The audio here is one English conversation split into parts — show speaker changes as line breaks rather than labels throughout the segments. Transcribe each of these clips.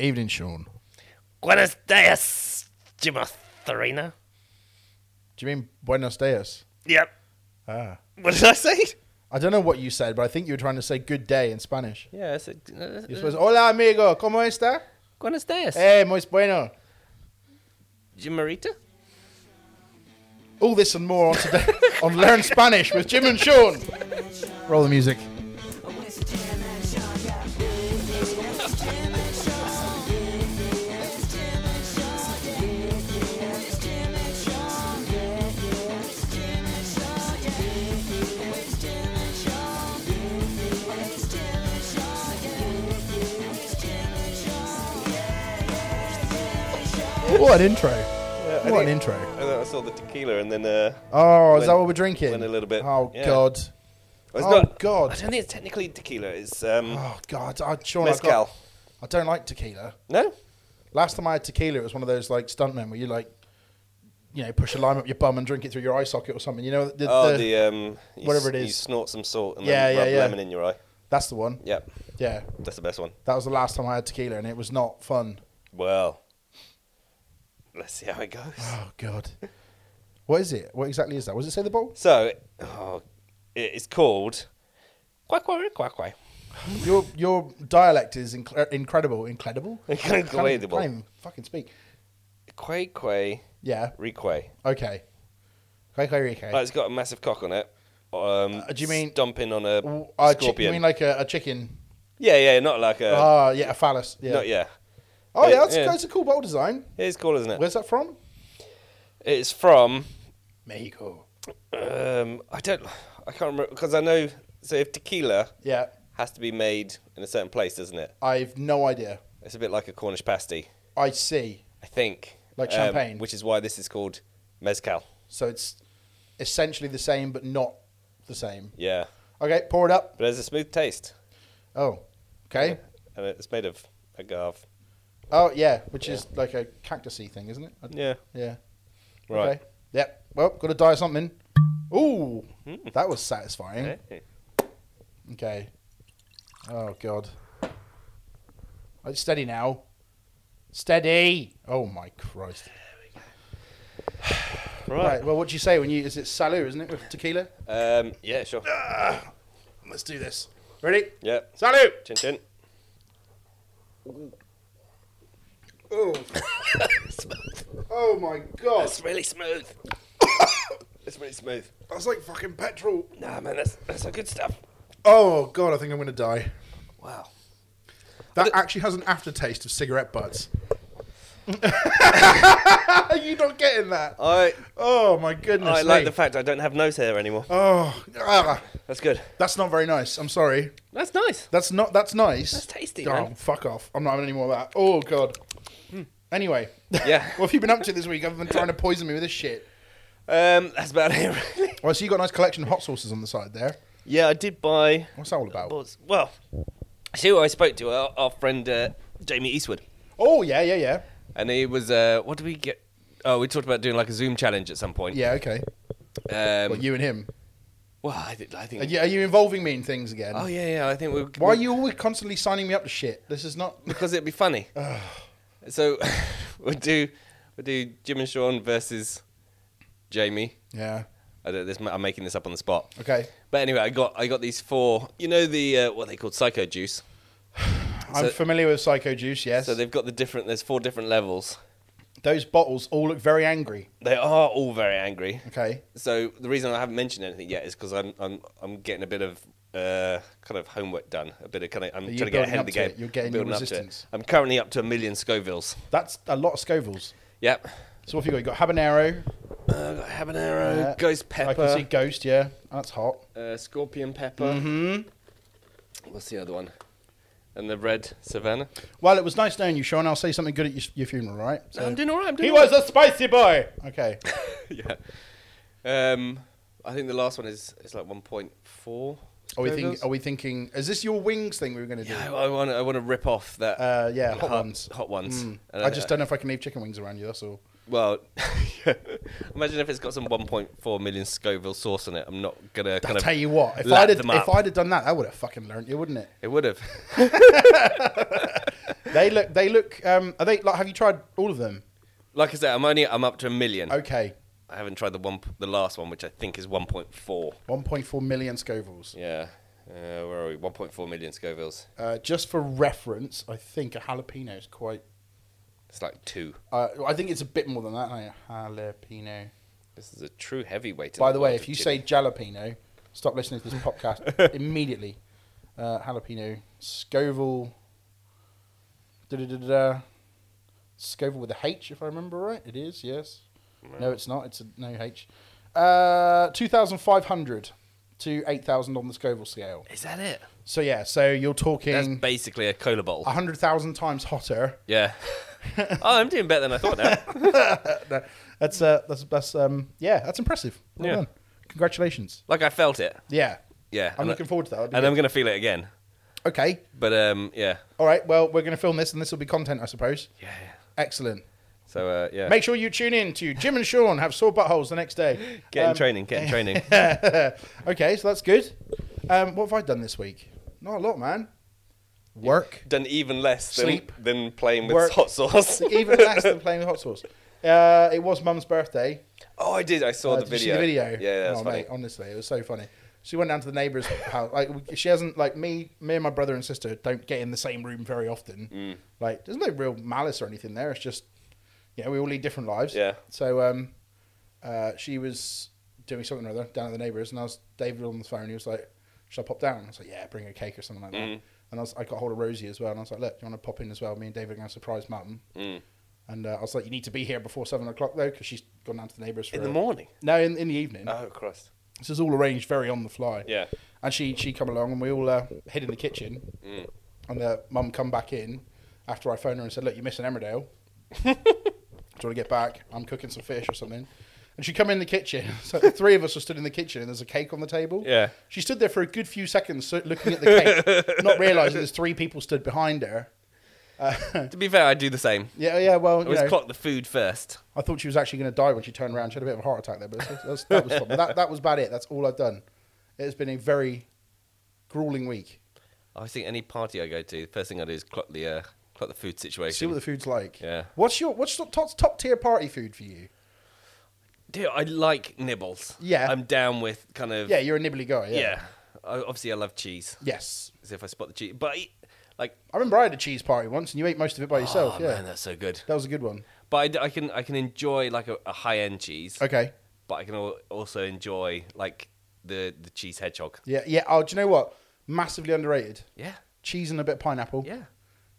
Evening, Sean.
Buenos dias, Jimotherina.
Do you mean Buenos Dias?
Yep.
Ah.
What did I say?
I don't know what you said, but I think you were trying to say good day in Spanish.
Yeah, I said. uh,
You supposed hola amigo, ¿cómo está?
Buenos dias,
Hey, muy bueno.
Jimarita.
All this and more on today on Learn Spanish with Jim and Sean. Roll the music. What an intro. what an intro.
And then I saw the tequila, and then uh,
Oh, is
Went-
that what we're drinking?
went a little bit,
Oh
yeah.
god.
it's
oh
not. I
god.
don't think it's technically tequila. It's um,
Oh god. I, Sean, I've
mezcal.
got, I don't like tequila.
No.
Last time I had tequila, it was one of those like stuntmen where you like, you know, push a lime up your bum and drink it through your eye socket or something. You know, the,
Oh,
the-
the um, you
whatever it
s- You
is.
snort some salt and
Yeah,
then
yeah,
rub
yeah.
lemon in your eye.
that's the one.
Yep,
Yeah,
that's the best one.
that was the last time I had tequila, and it was not fun.
Well, let's see how it goes.
Oh god. What is it? What exactly is that? What does it say the bottle?
So, oh, it is called quack quack quack quack.
Your your dialect is inc- incredible, incredible,
Incredible.
I can't even fucking speak.
Quay quay
Yeah.
requay.
Okay. Okay. Okay. okay.
Oh, it's got a massive cock on it. Um,
Uh, do you mean-
dumping on a
W- uh, chi-
scorpion?
you mean like a, a chicken?
yeah, yeah, not like a
Ah, yeah, a phallus. Yeah.
not yeah.
Oh yeah, that's,
Yeah.
that's a cool bottle design.
It's cool, isn't it?
Where's that from?
It's from
Mexico.
um, I don't I can't remember because I know so if tequila
Yeah,
has to be made in a certain place, doesn't it?
I've no idea.
It's a bit like a Cornish pasty,
I see.
I think.
Like
Um,
champagne.
which is why this is called mezcal.
So it's essentially the same, but not the same.
Yeah,
Okay, pour it up.
but it has a smooth taste,
Oh, okay.
and it's made of agave.
Oh yeah, which is like a cactusy thing, isn't it? I-
Yeah,
Yeah.
right.
Okay. Yep. Well, got to die something. Ooh,
Hmm.
that was satisfying.
Eh?
Okay. Oh god. Uh, Steady now. Steady. Oh my Christ. Right.
Right.
Well, what do you say when you? Is it salu? Isn't it with tequila?
Um, yeah, sure.
Ah. Let's do this. Ready?
Yeah.
Salut.
Chin chin.
Oh. oh my god.
It's really smooth. it's really smooth.
That's like fucking petrol.
Nah, man, that's that's some good stuff.
Oh god, I think I'm gonna die.
Wow.
That actually has an aftertaste of cigarette butts. You're not getting that.
I
Oh my goodness.
I like
me.
the fact I don't have nose hair anymore.
Oh, ah,
That's good.
that's not very nice. I'm sorry.
That's nice.
That's not. That's nice. That's
tasty,
Oh,
man. Hmm.
fuck off. I'm not having any more of that. Oh god. Anyway.
Yeah.
what have you been up to this week? I've been trying to poison me with this shit.
Um, that's about it. Really.
Well, I see you got a nice collection of hot sauces on the side there.
Yeah, I did buy.
What's that all about?
was- Well, see who I spoke to our, our friend uh, Jamie Eastwood,
Oh yeah, yeah, yeah,
and he was. Uh, what did we get? Oh, we talked about doing like a Zoom challenge at some point.
yeah. Okay.
Um,
But you and him.
well, I, th- I think.
Are you, are you involving me in things again?
oh yeah, yeah. I think we.
Uh, Why are you always constantly signing me up to shit? This is not.
Because it'd be funny. so we'll do we'll do Jim and Sean versus Jamie.
Yeah.
I don't, this, I'm making this up on the spot.
Okay.
But anyway, I got I got these four. You know the uh, what are they called psycho juice.
I'm
So-
familiar with Psycho Juice. Yes.
So they've got the different. There's four different levels.
Those bottles all look very angry.
They are all very angry.
Okay.
So the reason I haven't mentioned anything yet is because I'm I'm I'm getting a bit of uh, kind of homework done. A bit of kind of I'm
you're
trying to get
building
ahead
up
of the
to
game.
it. You're getting your
building up to it.
resistance.
I'm currently up to a million Scovilles.
That's a lot of Scovilles.
Yep.
So what have you got? You got habanero.
Uh, got habanero,
Yeah.
ghost
I
pepper,
can see ghost. Yeah, that's hot.
uh, scorpion pepper.
Mm-hmm.
What's the other one? And the red savannah.
Well, it was nice knowing you, Sean. I'll say something good at your, your funeral, right? So-
I'm doing all right. I'm doing
he
all right.
was a spicy boy. Okay.
yeah. Um, I think the last one is is like one point four.
Are we think, Are we thinking? Is this your wings thing we were going to do?
Yeah, I want I want to rip off that.
Uh, yeah, hot ones.
Hot ones.
Mm.
And uh,
I just don't know if I can leave chicken wings around you. That's all.
Well, imagine if it's got some 1.4 million Scoville sauce on it. I'm not gonna.
I'll
Kind of,
tell you what. If
lap
I'd have,
them up.
if I'd have done that, I would have fucking learnt you, wouldn't it?
it would have.
They look. They look. Um, are they like? Have you tried all of them?
Like I said, I'm only I'm up to a million.
Okay,
I haven't tried the one, the last one, which I think is 1.4.
1.4 million Scovilles.
Yeah, uh, where are we? 1.4 million Scovilles.
Uh, just for reference, I think a jalapeno is quite.
It's like two.
Uh, I think it's a bit more than that. Like a jalapeno.
This is a true heavyweight. in
By the way,
world
if
of
you
chili.
say jalapeno, stop listening to this podcast immediately. Uh, jalapeno, Scoville, da da da da, Scoville with a H, if I remember right. It is, yes. No, it's not. It's a no H. Uh, two thousand five hundred to eight thousand on the Scoville scale.
is that it?
So yeah, so you're
That's
talking
basically a cola bottle.
a hundred thousand times hotter.
yeah. oh, I'm doing better than I thought. Now.
That's uh, that's that's um, yeah, that's impressive. Well
Yeah.
done. Congratulations.
like I felt it.
Yeah,
Yeah.
I'm
and I-
looking forward to that. That'd be
and I'm
good.
gonna feel it again.
okay.
But um, yeah,
All right. Well, we're going to film this, and this will be content, I suppose.
yeah. yeah.
Excellent.
So uh, yeah.
Make sure you tune in to Jim and Sean have sore buttholes the next day.
get in
Um,
training. Get in training.
okay, so that's good. Um, what have I done this week? Not a lot, man. Work.
Done even less than
Sleep.
than playing with
Work.
hot sauce.
Even less than playing with hot sauce. Uh, it was Mum's birthday.
oh, I did. I saw
Uh,
the
did you
video.
see the video.
Yeah, that's
oh,
funny.
mate, honestly, it was so funny. She went down to the neighbour's house. Like we- she hasn't like me, me and my brother and sister don't get in the same room very often.
Mm.
Like there's no real malice or anything there. It's just yeah, we all lead different lives.
Yeah.
So um, uh, she was doing something or other down at the neighbours, and I was David was on the phone. He was like, "Should I pop down?" I was like, "Yeah, bring a cake or something like
Mm.
that." And I was, I got hold of Rosie as well, and I was like, "Look, do you want to pop in as well? Me and David are going to surprise Mum."
Mm.
And uh, I was like, "You need to be here before seven o'clock though, because she's gone down to the neighbours for
In the
a-
morning.
no, in, in the evening.
Oh Christ.
This is all arranged very on the fly.
Yeah.
And she she come along and we all uh, hid in the kitchen.
Mm.
And uh, mum come back in after I phoned her and said, "Look, you're missing Emmerdale. Do you want to get back? I'm cooking some fish or something." And she come in the kitchen. So the three of us were stood in the kitchen, and there's a cake on the table.
Yeah.
She stood there for a good few seconds so- looking at the cake, not realizing there's three people stood behind her.
To be fair, I do the same.
Yeah, yeah. Well,
I
you
always
know,
clock the food first.
I thought she was actually going to die when she turned around. She had a bit of a heart attack there, but that's, that's, that was fun. But that, that was about it. That's all I've done. It has been a very grueling week.
I think any party I go to, the first thing I do is clock the uh, clock the food
See
situation.
what the food's like.
Yeah.
What's your what's your top, top tier party food for you?
Dude, I like nibbles.
Yeah.
I'm down with kind of.
Yeah, you're a nibbly guy. Yeah.
Yeah. I, obviously, I love cheese.
Yes.
So if I spot the cheese, but I, like,
I remember I had a cheese party once, and you ate most of it by yourself.
oh
yeah.
man, that's so good.
That was a good one.
But I d- I, can I can enjoy like a, a high end cheese,
Okay.
but I can al- also enjoy like the the cheese hedgehog.
Yeah. Yeah. Oh, do you know what? Massively underrated.
Yeah.
Cheese and a bit of pineapple.
Yeah.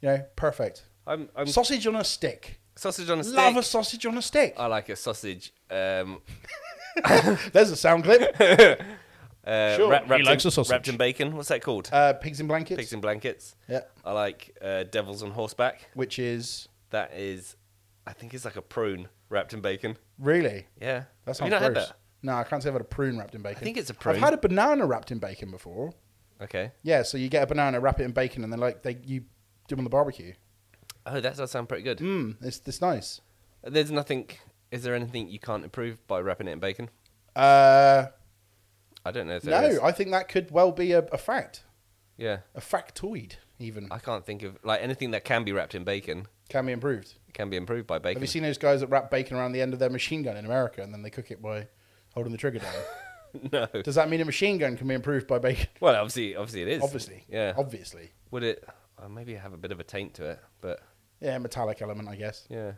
You know, perfect.
I'm, I'm
Sausage on a stick.
sausage on a Uh, stick.
Love a sausage on a stick.
I like a sausage. Um,
There's a sound clip.
uh,
Sure,
wra-
he
wrapped in-
likes a sausage.
Wrapped in bacon. What's that called?
Uh, pigs in blankets.
Pigs in blankets.
yeah.
I like uh, devils on horseback.
Which is
That is, I think it's like a prune wrapped in bacon.
Really?
Yeah.
That
Have
sounds
you not had
gross.
that?
No, I can't say I've had a prune wrapped in bacon.
think it's a
I've
prune.
had a banana wrapped in bacon before.
Okay.
Yeah, so you get a banana, wrap it in bacon, and then like they you do them on the barbecue.
Oh, that does sound pretty good.
Mmm, it's this nice.
There's nothing. Is there anything you can't improve by wrapping it in bacon?
Uh,
I don't know. If there
no,
is.
I think that could well be a, a fact,
yeah,
a factoid even
I can't think of like anything that can be wrapped in bacon
can be improved.
can be improved by
Have
bacon.
you seen those guys that wrap bacon around the end of their machine gun in America, and then they cook it by holding the trigger down?
no.
Does that mean a machine gun can be improved by bacon?
Well, obviously, obviously it is.
Obviously,
Yeah.
obviously,
Would it? Uh, maybe have a bit of a taint to it, but
yeah, metallic element, I guess.
yeah.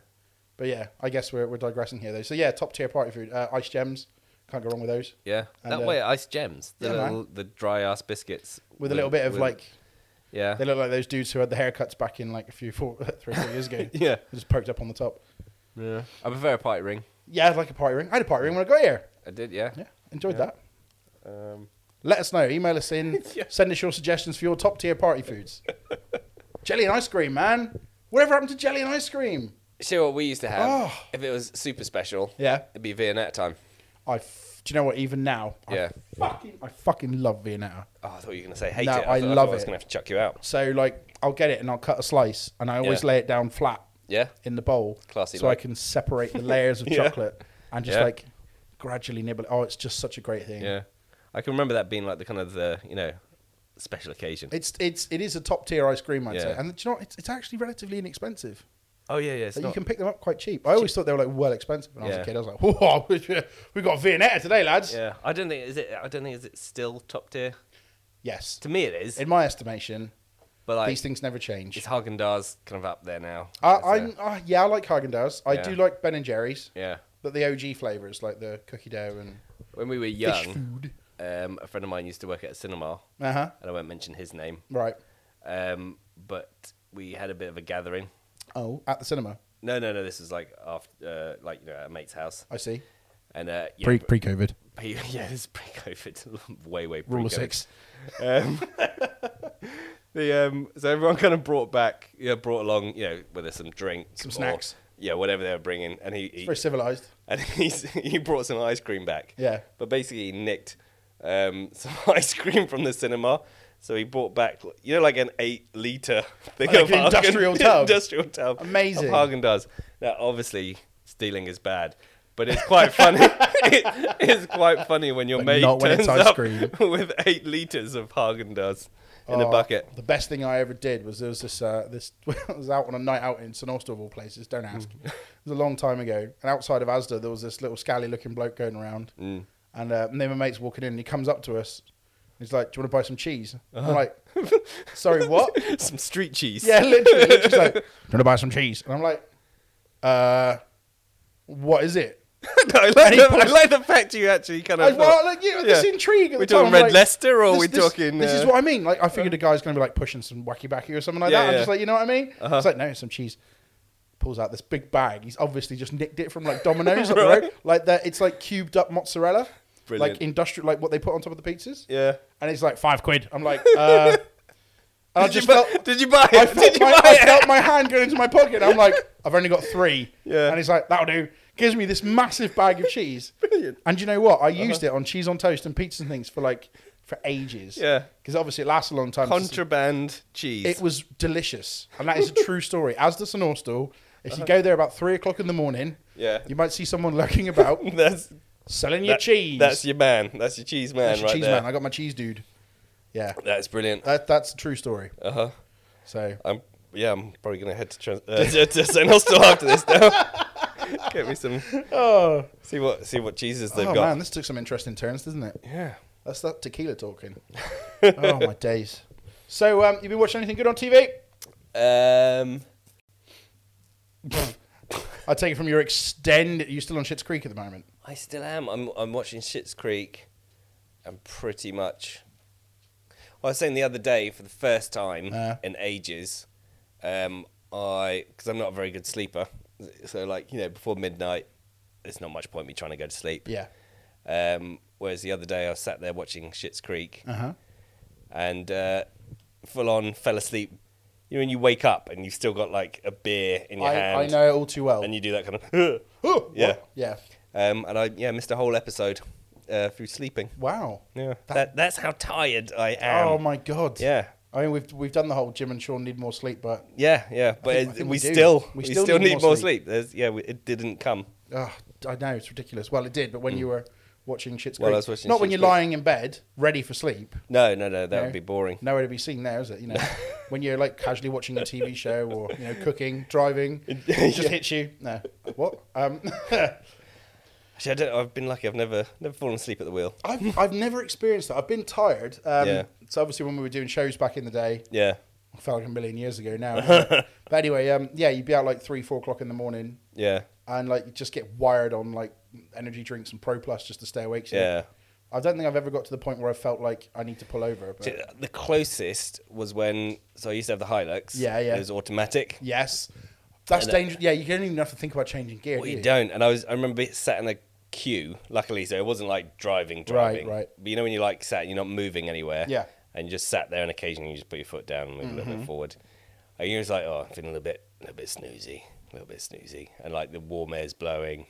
But yeah, I guess we're, we're digressing here though. So yeah, top tier party food, uh, ice gems, can't go wrong with those.
Yeah,
And,
that
uh,
way ice gems, the
yeah, man.
little, the dry ass biscuits
With a little bit of
with-
like,
yeah,
they look like those dudes who had the haircuts back in like a few four, three or four years ago.
Yeah.
just poked up on the top.
yeah. I prefer a pipe ring.
Yeah, I'd like a party ring. I had a party ring when I got here.
I did, yeah.
Yeah, enjoyed that.
Um,
Let us know. Email us in. Send us your suggestions for your top tier party foods. jelly and ice cream, man. Whatever happened to jelly and ice cream?
see what we used to have
Oh.
if it was super special.
Yeah.
it'd be Viennette time.
I. F- do you know what? Even now,
Yeah.
I fucking, I fucking love Viennetta.
Oh, I thought you were gonna say hate
No,
it.
I
thought- thought
love
I was
it.
gonna have to chuck you out.
So like, I'll get it and I'll cut a slice, and I always
Yeah.
lay it down flat
Yeah,
in the bowl,
Classy
so I
like.
can separate the layers of
Yeah.
chocolate and just
Yeah.
like gradually nibble. Oh, it's just such a great thing.
yeah. I can remember that being like the kind of the you know special occasion.
It's it's it is a top tier ice cream, I'd say.
Yeah.
And do you know, what? it's, it's actually relatively inexpensive.
oh yeah, yeah. It's
Like,
not,
you can pick them up quite cheap. I always thought they were like well expensive when I was
Yeah.
a kid. I was like, whoa, we got Viennetta today, lads.
yeah, I don't think is it. I don't think is it still top tier.
Yes,
To me, it is.
in my estimation,
but like,
these things never change.
it's Haagen Dazs kind of up there now.
I,
It's, uh,
I'm uh, yeah, I like Haagen Dazs. I
Yeah.
do like Ben and Jerry's,
yeah.
but the OG flavors like the cookie dough and
When we were
fish
young,
food.
um, a friend of mine used to work at a cinema,
Uh huh.
and I won't mention his name.
Right.
Um, but we had a bit of a gathering.
Oh, at the cinema.
No, no, no. This was like after, uh, like you know, at a mate's house,
I see.
and uh, yeah,
Pre pre COVID.
pre- yeah, this is pre-COVID, way, way pre-COVID.
Rule of six.
Um, the um, so everyone kind of brought back, yeah, brought along, you know, whether some drinks,
Some
or-
snacks.
yeah, whatever they were bringing, and he, he
Very civilized.
and he's, he brought some ice cream back.
Yeah.
But basically, he nicked um, some ice cream from the cinema. So he brought back, you know, like an eight liter thing
Like
of
an
Haagen-
industrial tub.
industrial tub.
Amazing.
Hagen does. Now, obviously, stealing is bad. But it's quite funny. It- it's quite funny when your
But
mate
not when
turns
it's ice
up
cream.
with eight liters of Hagen does in a
Oh,
bucket.
The best thing I ever did was there was this uh, this I was out on a night out in St Austell of all places. Don't
Hmm.
ask. it was a long time ago, and outside of Asda there was this little scally looking bloke going around,
Hmm.
and, uh, and then my mate's walking in, and he comes up to us. He's like, "Do you want to buy some cheese?"
Uh-huh.
I'm like, "Sorry, what?"
Some street cheese.
yeah, literally, literally just like, "Do you want to buy some cheese?" And I'm like, "Uh, what is it?"
I, like
he
the, I
pulls-
like the fact you actually kind
I
of.
was, well, like, you know, this
Yeah.
intrigue. At
We're
the time,
talking
I'm
Red
like,
Leicester or we're
this-
talking,
This is
uh,
what I mean. Like, I figured a guy's going to be like pushing some wacky backy or something like
Yeah,
that. I'm
yeah.
just like, you know what I mean?
Uh-huh.
It's like, no, some cheese. Pulls out this big bag. He's obviously just nicked it from like Domino's up the road.
Right.
Like that, it's like cubed up mozzarella,
Brilliant.
like industrial, like what they put on top of the pizzas.
yeah.
And it's like five quid. I'm like, uh, and I
Did
just
you, bu-
felt,
did you buy it?
I, felt
did you
my,
buy
I
it?
felt my hand go into my pocket. I'm like, I've only got three.
Yeah.
And he's like, that'll do. Gives me this massive bag of cheese.
Brilliant. Uh-huh.
And you know what? I used it on cheese on toast and pizza and things for like for ages.
Yeah.
Because obviously it lasts a long time.
Contraband cheese.
it was delicious, and that is a true story. As the Sonorstal, if you go there about three o'clock in the morning,
Uh-huh. Yeah.
you might see someone lurking about
that's
selling your
that-
cheese.
That's your man. That's your cheese man
That's your
right
cheese
there.
man. I got my cheese dude. Yeah,
That's brilliant.
that, that's a true story.
Uh huh.
So
I'm yeah. I'm probably gonna head to trans- uh, to, to St. Austell after this now. Get me some.
oh,
See what see what cheeses they've
oh
got.
man, this took some interesting turns, didn't it?
Yeah.
That's that tequila talking. oh my days. So um, you been watching anything good on TV?
Um.
I take it from your extend. You're still on Shit's Creek at the moment.
I still am. I'm I'm watching Shit's Creek. I'm pretty much. Well, I was saying the other day for the first time
Uh.
in ages, um, I because I'm not a very good sleeper, so like you know before midnight, there's not much point me trying to go to sleep.
Yeah.
Um, whereas the other day I was sat there watching Shit's Creek
Uh huh.
and uh, full on fell asleep. You know when you wake up and you've still got like a beer in your
I,
hand,
I know it all too well.
and you do that kind of.
Oh,
Yeah.
what? Yeah.
Um, and I yeah missed a whole episode uh, through sleeping.
Wow.
Yeah, that, that's how tired I am.
oh my god.
Yeah,
I mean, we've we've done the whole Jim and Sean need more sleep, but
yeah, yeah. But
think- I
it-
think
we,
we do.
still we still, need, more sleep. There's, yeah, we, it didn't come.
ah, I know it's ridiculous. Well, it did, but when you were watching Shit's Creek,
Mm. Well, I was watching
not when
Schitt's
you're
Creek.
lying in bed ready for sleep.
No, no, no. That
No.
would be boring.
Nowhere to be seen there, is it? You know, when you're like casually watching a TV show or you know cooking, driving, it just hits you. No, what? Um,
Actually, I don't, I've been lucky. I've never never fallen asleep at the wheel.
I've I've never experienced that. I've been tired. Um,
Yeah.
So obviously, when we were doing shows back in the day,
Yeah,
I felt like a million years ago now. but anyway, um, yeah, you'd be out like three, four o'clock in the morning,
yeah,
and like you just get wired on like energy drinks and Pro Plus just to stay awake. So
yeah.
I don't think I've ever got to the point where I felt like I need to pull over. But
Ju- uh, The closest was when so I used to have the Hilux.
Yeah, yeah.
It was automatic.
yes, that's
And, uh,
dangerous. Yeah, you don't even have to think about changing gear.
Well,
do
you
you?
don't. And I was I remember being sat in a queue. Luckily, so it wasn't like driving, driving.
right.
But you know when you like sat, and you're not moving anywhere.
Yeah. Mm-hmm.
And you just sat there, and occasionally you just put your foot down and move a little bit forward. And you was like, oh, I'm feeling a little bit, a little bit snoozy, a little bit snoozy, and like the warm air's blowing.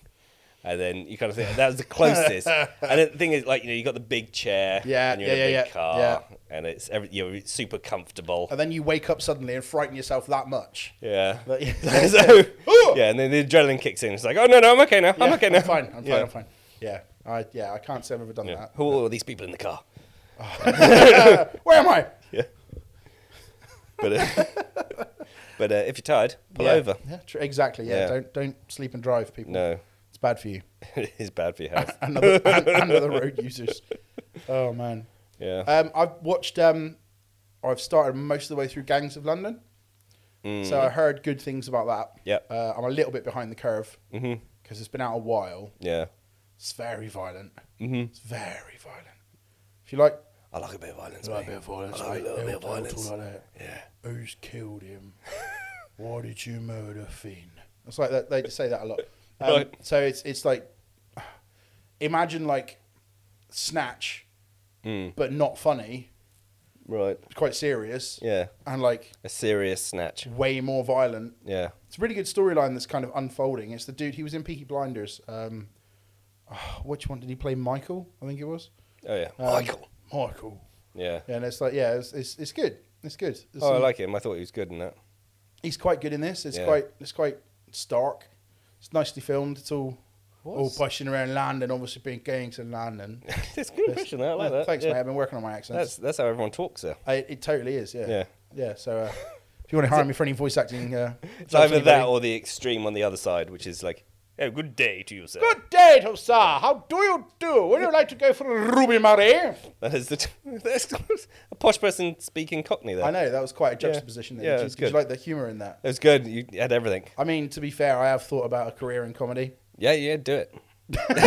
And then you kind of think that was the closest. and then the thing is, like you know, you got the big chair,
Yeah,
and you're
yeah,
in a
yeah,
big
yeah,
car,
yeah.
and it's every, you're super comfortable.
And then you wake up suddenly and frighten yourself that much.
Yeah.
But-
so,
Ooh!
yeah, and then the adrenaline kicks in. It's like, oh no, no, I'm okay now. I'm
Yeah,
okay now.
I'm fine. I'm fine.
Yeah.
I'm fine. Yeah, I yeah, I can't say I've ever done
Yeah. Who are all these people in the car?
that. Where am I?
But uh, but uh, if you're tired, pull
yeah.
over.
Yeah, tr- exactly. Yeah.
Yeah.
don't don't sleep and drive, people.
No,
It's bad for you.
it is bad for your health.
And other, and, and other road users. Oh man.
Yeah.
Um, I've watched. Um, or I've started most of the way through Gangs of London, so I heard good things about that.
Mm. Yep. Mm-hmm.
Uh, I'm a little bit behind the curve because it's been out a while.
yeah.
It's very violent. Mm-hmm. It's very violent. If you like,
I like a bit of violence.
like a bit
mate.
of violence,
I like
mate.
a little bit
They'll-
of
they'll
violence.
talk like that.
Yeah.
Who's killed him? Why did you murder Finn? It's like that. They say that a lot. Um,
Right.
So it's it's like imagine like Snatch, but not funny.
Hmm, Right.
It's quite serious.
Yeah.
And like
A serious snatch.
way more violent.
Yeah.
It's a really good storyline that's kind of unfolding. It's the dude he was in Peaky Blinders. Um, ah, which one did he play? Michael, I think it was.
Oh yeah.
Um,
Michael.
Michael.
Yeah.
And it's like yeah, it's it's, it's good. It's good. There's
Oh, I
some-
like him. I thought he was good in that.
he's quite good in this. It's
Yeah.
quite it's quite stark. It's nicely filmed. It's all all
What's-
pushing around London, obviously being gangs in London.
That's a good impression. That. I like that.
Thanks,
yeah.
mate. I've been working on my
That's
accents.
that's how everyone talks there.
I, it totally is. Yeah.
Yeah.
Yeah. So uh, if you want to hire me for any voice acting, uh,
It's
jobs,
either that
anybody-
or the extreme on the other side, which is like, "Oh, good day to you, sir."
Good day, Tosa. How do you do? Would you like to go for a Ruby Marie?
That is the t- that's a posh person speaking Cockney there.
I know that was quite a juxtaposition. there.
Yeah,
did, you,
it's
did you
good.
like the humor in that?
It was good. You had everything.
I mean, to be fair, I have thought about a career in comedy.
Yeah, yeah, do it. Mm.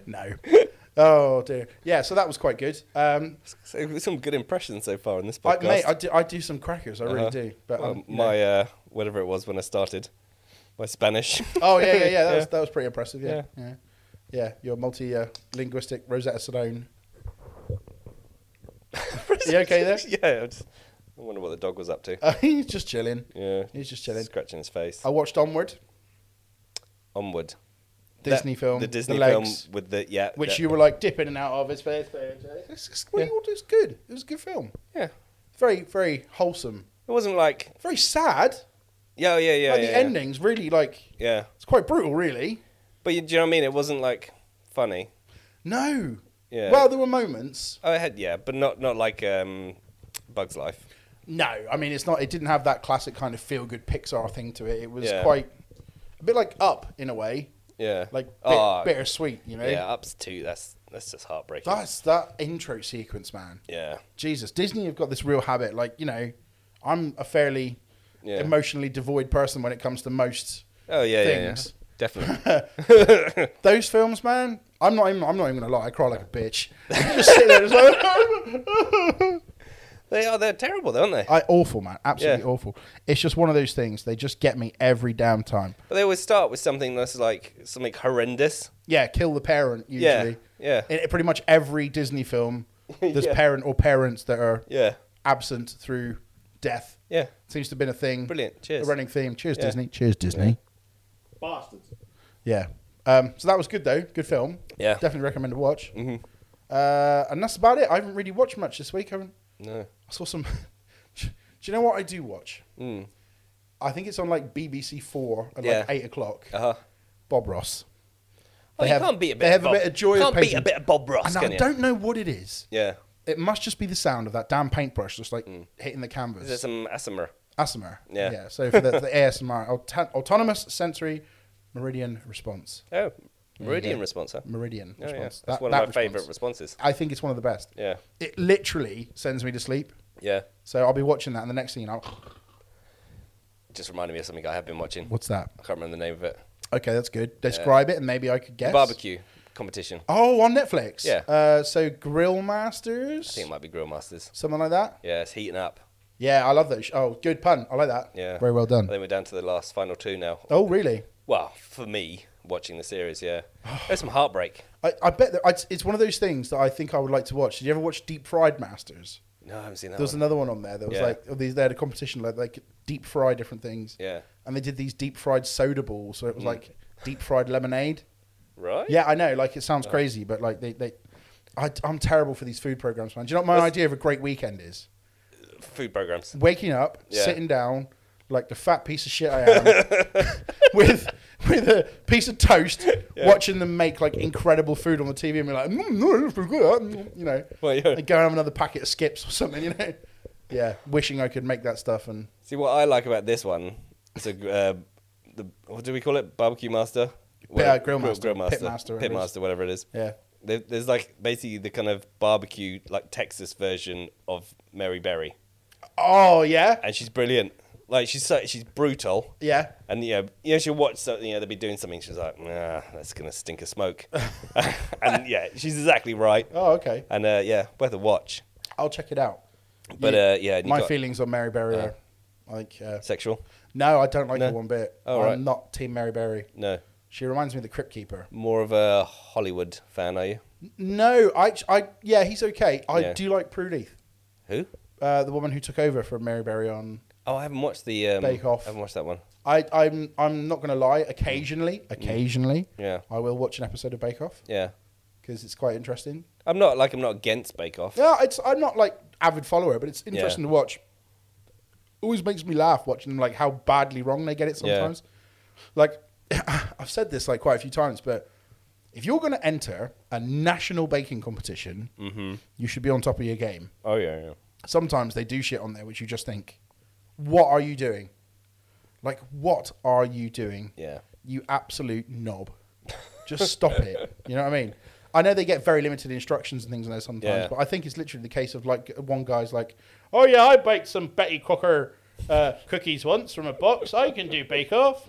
No. oh dear. Yeah. So that was quite good. Um,
So, some good impressions so far in this
I,
podcast. Uh-huh.
mate, I do, I do some crackers. I really do. But
Well,
um, you know.
my uh, whatever it was when I started, my Spanish.
oh yeah, yeah, yeah. That was that was pretty impressive. Yeah,
Yeah.
yeah, yeah. your multi uh, linguistic Rosetta Stone. you okay there?
yeah, I, just, I wonder what the dog was up to.
Uh, he's just chilling.
yeah,
He's just chilling. Oh.
scratching his face.
I watched Onward,
Onward.
Disney
That-
film,
the Disney film
legs,
with the yeah,
which
that-
you were like dipping in and out of. It's very, it's very, it's, it's,
Yeah.
it's good. It was a good film.
yeah.
Very, very wholesome.
It wasn't like
Very sad.
yeah, oh, yeah, yeah.
like
yeah,
the
yeah.
ending's really like
Yeah,
it's quite brutal, really.
but you, do you know what I mean? It wasn't like funny.
No.
Yeah.
Well, there were moments.
Oh, it had yeah, but not not like um, Bugs Life.
No, I mean it's not. It didn't have that classic kind of feel good Pixar thing to it. It was
Yeah.
quite a bit like Up in a way,
Yeah,
like bit,
Ah,
bittersweet. You know,
yeah, ups two. That's that's just heartbreaking.
that's that intro sequence, man.
yeah,
Jesus, Disney have got this real habit. Like you know, I'm a fairly
Yeah.
emotionally devoid person when it comes to most.
oh yeah, yeah, yeah,
Things.
definitely.
Those films, man. I'm not. Even, I'm not even gonna lie. I cry like a bitch. just sit there. Just like,
They are. They're terrible, aren't they?
I awful, man. Absolutely
Yeah.
awful. It's just one of those things. They just get me every damn time.
But they always start with something that's like something horrendous.
Yeah, kill the parent
Yeah,
usually.
yeah.
In pretty much every Disney film, there's
Yeah.
parent or parents that are
Yeah.
absent through death.
Yeah.
Seems to have been a thing.
Brilliant. Cheers.
A running theme. Cheers,
Yeah.
Disney. Cheers, Disney.
Bastards.
Yeah. Um, so that was good though. Good film.
Yeah. Mm-hmm.
Definitely recommend to watch. Uh, and that's about it. I haven't really watched much this week. I, haven't,
No.
I saw some. do you know what I do watch? I think it's on like BBC Four at
Hmm. Yeah.
like eight o'clock.
Uh huh.
Bob Ross.
Well,
They
Oh, you
have-
can't beat a bit.
they have
of
a
Bob.
bit of joy of
Can't beat a
painting.
bit of Bob Ross,
And
can
I
you?
don't know what it is.
Yeah.
It must just be the sound of that damn paintbrush just like hitting the canvas.
Hmm. Is there some ASMR?
ASMR.
Yeah.
Yeah. So for the, the ASMR, auto- autonomous sensory meridian response.
Oh, meridian response. Huh?
Meridian
Oh, yeah.
response.
That's one of my favorite responses.
I think it's one of the best.
Yeah.
It literally sends me to sleep.
Yeah.
So I'll be watching that, and the next thing you know,
Just reminded me of something I have been watching.
what's that?
I can't remember the name of it.
Okay, that's good. Describe it, and maybe I could guess.
Barbecue competition. I
Oh, on Netflix.
Yeah.
Uh, so Grill Masters,
think it might be Grill Masters.
something like that.
Yeah, it's heating up.
Yeah, I love those. Oh, good pun. I like that.
Yeah.
Very well
I
done.
think we're down to the last final two now.
Oh, really?
Well, for me, watching the series, yeah. There's some heartbreak.
I, I bet that I, it's one of those things that I think I would like to watch. Did you ever watch Deep Fried Masters?
No, I haven't seen that
There was
one.
another one on there. There was
Yeah.
like oh, these. They had a competition like they could deep fry different things.
Yeah. Mm.
And they did these deep fried soda balls. So it was like deep fried lemonade.
Right?
Yeah, I know. Like it sounds
Oh.
crazy, but like they, they I, I'm terrible for these food programs, man. Do you know what my idea of a great weekend is?
Food programs.
waking up,
Yeah.
sitting down, like the fat piece of shit I am, with with a piece of toast, watching them make like incredible food on the TV, and be like, mm, no, it's pretty good, mm," you know,
Well, yeah.
and go and have another packet of skips or something, you know. yeah, wishing I could make that stuff and
See what I like about this one. It's a uh, the what do we call it? Barbecue master,
uh, grill master,
grill
pit
master,
master,
Pit
it is.
master, whatever it is.
yeah,
There, there's like basically the kind of barbecue, like Texas version of Mary Berry,
oh yeah,
and she's brilliant. Like she's so, she's brutal.
yeah,
And you know, you know, she'll watch something. You know, they'll be doing something. She's like, "Nah, that's gonna stink of smoke." and yeah, she's exactly right.
oh okay,
And uh, yeah, worth a watch.
I'll check it out.
But
You-
uh, yeah, and you
my
got Uh-huh.
feelings on Mary Berry are like uh,
sexual?
no, I don't like her one bit.
Oh,
I'm
right.
not Team Mary Berry.
No,
She reminds me of the Crypt Keeper.
more of a Hollywood fan, are you?
No, I, I yeah, he's okay. I
Yeah.
do like Prue Leith,
Who?
uh, the woman who took over from Mary Berry on.
Oh, I haven't watched the um,
Bake Off.
I haven't watched that one.
I, I'm I'm not gonna lie. Occasionally, occasionally,
Mm. Yeah.
I will watch an episode of Bake Off
Yeah,
because it's quite interesting.
I'm not like I'm not against Bake Off.
Yeah, it's I'm not like avid follower, but it's interesting to watch. Always makes me laugh watching like how badly wrong they get it
Yeah.
sometimes. Like I've said this like quite a few times, but if you're going to enter a national baking competition,
Mm-hmm.
you should be on top of your game.
Oh yeah, yeah.
Sometimes they do shit on there which you just think, what are you doing? Like what are you doing?
Yeah.
You absolute knob. Just stop it. You know what I mean? I know they get very limited instructions and things like that sometimes,
Yeah.
but I think it's literally the case of like one guy's like, "Oh yeah, I baked some Betty Crocker uh, cookies once from a box. I can do Bake Off."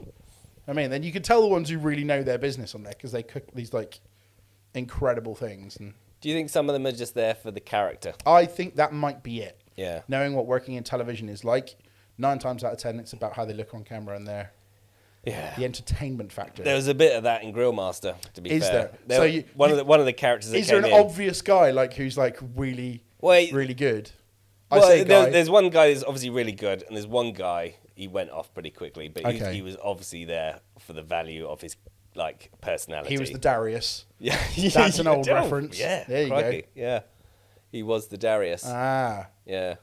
I mean, then you can tell the ones who really know their business on there because they cook these like incredible things, and
Do you think some of them are just there for the character?
I think that might be it.
Yeah.
knowing what working in television is like, nine times out of ten, it's about how they look on camera and their
Yeah.
the entertainment factor.
There was a bit of that in Grillmaster. To be
Is
fair,
there?
There-
So you-
one of
you-
the one of the characters that
is there
came
an
in.
obvious guy like who's like really
Wait.
really good?
well,
I say
there-
guy.
there's one guy that's obviously really good, and there's one guy he went off pretty quickly, but he,
Okay.
he was obviously there for the value of his like personality.
he was the Darius.
yeah,
That's an
yeah,
old
oh,
reference.
Yeah,
There you go.
crikey, Yeah, he was the Darius.
Ah.
yeah,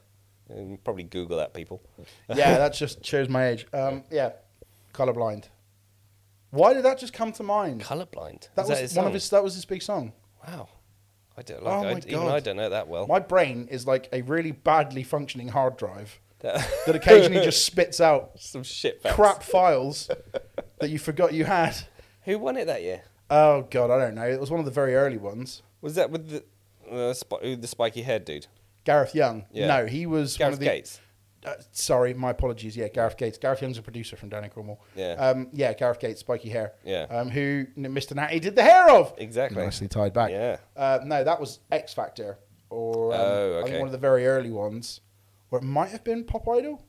and probably Google that people.
Yeah, that just shows my age. Um, yeah. Colorblind. Why did that just come to mind?
Colorblind.
That
Is
was
his
one
song?
of his that was his big song.
Wow, I don't
Oh
like. I,
my
even
God.
I don't know that well.
My brain is like a really badly functioning hard drive
That-
that occasionally just spits out
Some shit facts.
crap files that you forgot you had.
Who won it that year?
Oh god, I don't know. It was one of the very early ones.
Was that with the uh, sp- who the spiky haired dude?
Gareth Young.
Yeah.
No, he was one
Gareth
of the
Gates.
Uh, sorry, my apologies. Yeah, Gareth Gates. Gareth Young's a producer from Down in Cornwall.
Yeah.
Um, yeah, Gareth Gates, spiky hair.
Yeah.
Um, who n- Mr. Natty did the hair of.
Exactly.
Nicely tied back.
Yeah.
Uh, no, that was X Factor, or um,
Oh,
I think
okay.
one of the very early ones, or it might have been Pop Idol.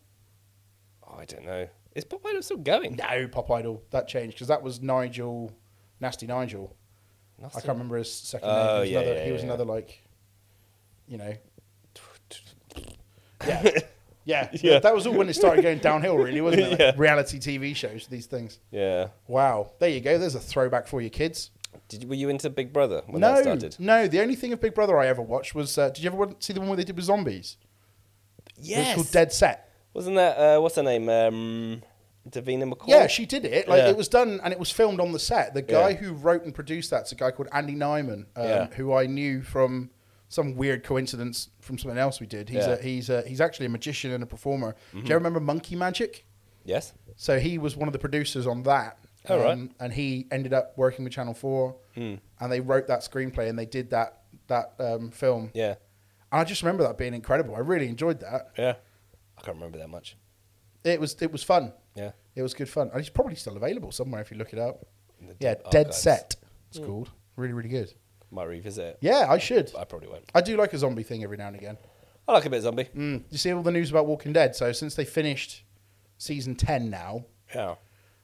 Oh, I don't know. Is Pop Idol still going?
No, Pop Idol. That changed because that was Nigel, Nasty Nigel.
Nasty-
I can't remember his second
Oh,
name. He was,
yeah,
another,
yeah,
he was
yeah.
another like, you know. Yeah. Yeah.
Yeah.
That was all when it started going downhill, really, wasn't it? Like,
Yeah.
Reality TV shows, these things.
Yeah.
Wow. There you go. There's a throwback for your kids.
Did you- were you into Big Brother when
no.
that started?
No, the only thing of Big Brother I ever watched was uh, did you ever wa- see the one where they did with zombies? It was called Dead Set.
Wasn't that uh, what's her name? Um, Davina McCall.
Yeah, she did it. Like
Yeah.
it was done and it was filmed on the set. The guy
Yeah.
who wrote and produced that's a guy called Andy Nyman, um,
Yeah.
who I knew from some weird coincidence from something else we did. He's
Yeah. Mm-hmm.
a, he's a, he's actually a magician and a performer. Do you remember Monkey Magic?
Yes.
So he was one of the producers on that. Um,
Oh, right. Hmm.
And he ended up working with Channel Four, and they wrote that screenplay and they did that that um, film.
Yeah.
And I just remember that being incredible. I really enjoyed that.
Yeah. I can't remember that much.
It was it was fun.
Yeah.
It was good fun. And it's probably still available somewhere if you look it up.
In the
Yeah,
deep
Dead
archives.
Set. It's called really really good.
Might revisit it.
Yeah, I should.
I probably won't.
I do like a zombie thing every now and again.
I like a bit of zombie.
Mm. You see all the news about Walking Dead. So since they finished season ten now,
Yeah.